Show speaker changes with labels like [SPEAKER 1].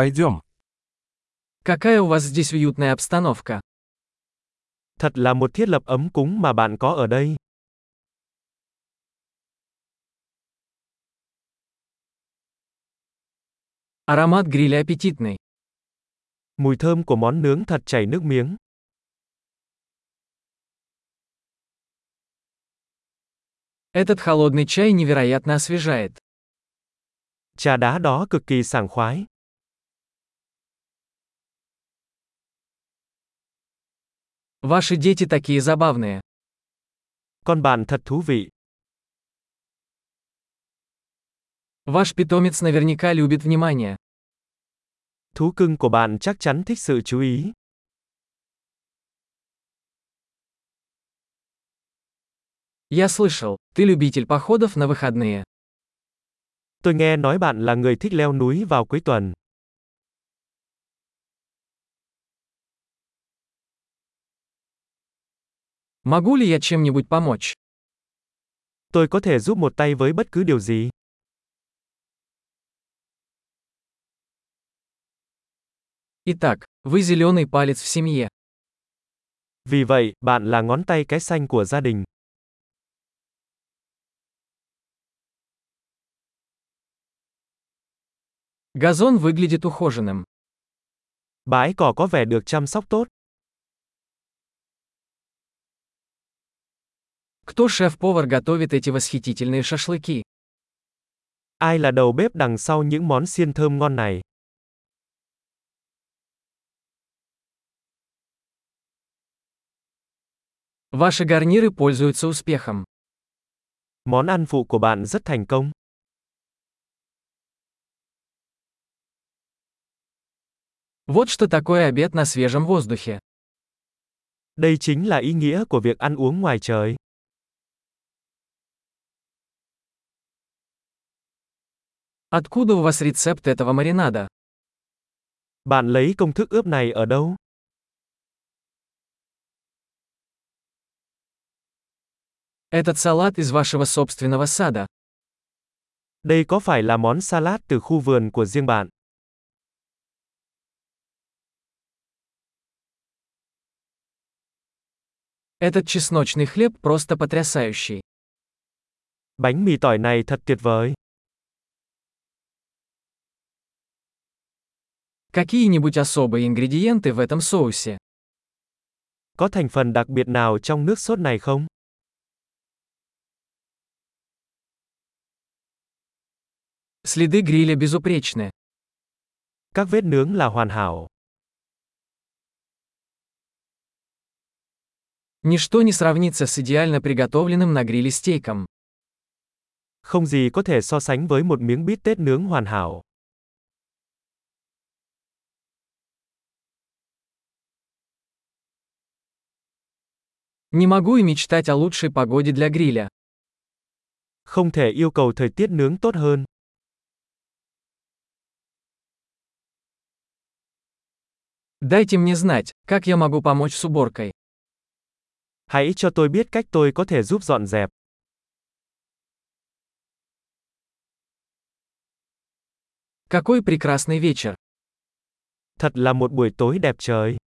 [SPEAKER 1] Пойдем.
[SPEAKER 2] Какая у вас здесь уютная обстановка.
[SPEAKER 3] Thật là một thiết lập ấm cúng mà bạn có ở đây.
[SPEAKER 2] Аромат гриля аппетитный.
[SPEAKER 3] Mùi thơm của món nướng thật chảy nước miếng.
[SPEAKER 2] Этот холодный чай невероятно освежает.
[SPEAKER 3] Trà đá đó cực kỳ sảng khoái.
[SPEAKER 2] Ваши дети такие забавные.
[SPEAKER 3] Con bạn thật thú vị.
[SPEAKER 2] Ваш питомец наверняка любит внимание.
[SPEAKER 3] Thú cưng của bạn chắc chắn thích sự chú ý.
[SPEAKER 2] Я слышал, ты любитель походов на выходные.
[SPEAKER 3] Tôi nghe nói bạn là người thích leo núi vào cuối tuần.
[SPEAKER 2] Могу ли я чем-нибудь помочь?
[SPEAKER 3] Tôi có thể giúp một tay với bất cứ điều gì.
[SPEAKER 2] Итак, вы зеленый палец в семье.
[SPEAKER 3] Vì vậy, bạn là ngón tay cái xanh của gia đình.
[SPEAKER 2] Газон выглядит ухоженным.
[SPEAKER 3] Bãi cỏ có vẻ được chăm sóc tốt.
[SPEAKER 2] Кто шеф-повар готовит эти восхитительные шашлыки?
[SPEAKER 3] Ai là đầu bếp đằng sau những món xiên thơm ngon này?
[SPEAKER 2] Ваши гарниры пользуются успехом.
[SPEAKER 3] Món ăn phụ của bạn rất thành công.
[SPEAKER 2] Вот что такое обед на свежем воздухе.
[SPEAKER 3] Đây chính là ý nghĩa của việc ăn uống ngoài trời.
[SPEAKER 2] Откуда у вас рецепт этого маринада?
[SPEAKER 3] Bạn lấy công thức ướp này ở đâu?
[SPEAKER 2] Этот салат из вашего собственного сада.
[SPEAKER 3] Đây có phải là món salad từ khu vườn của riêng bạn?
[SPEAKER 2] Этот чесночный хлеб просто потрясающий.
[SPEAKER 3] Bánh mì tỏi này thật tuyệt vời.
[SPEAKER 2] Какие-нибудь особые ингредиенты в этом соусе?
[SPEAKER 3] Có thành phần đặc biệt nào trong nước sốt này không?
[SPEAKER 2] Следы гриля безупречны.
[SPEAKER 3] Các vết nướng là hoàn hảo.
[SPEAKER 2] Ничто не сравнится с идеально приготовленным на гриле стейком.
[SPEAKER 3] Không gì có thể so sánh với một miếng bít tết nướng hoàn hảo.
[SPEAKER 2] Не могу и мечтать о лучшей погоде для гриля.
[SPEAKER 3] Không thể yêu cầu thời tiết nướng tốt hơn.
[SPEAKER 2] Дайте мне знать, как я могу помочь с уборкой.
[SPEAKER 3] Hãy cho tôi biết cách tôi có thể giúp dọn dẹp.
[SPEAKER 2] Какой прекрасный вечер.
[SPEAKER 3] Thật là một buổi tối đẹp trời.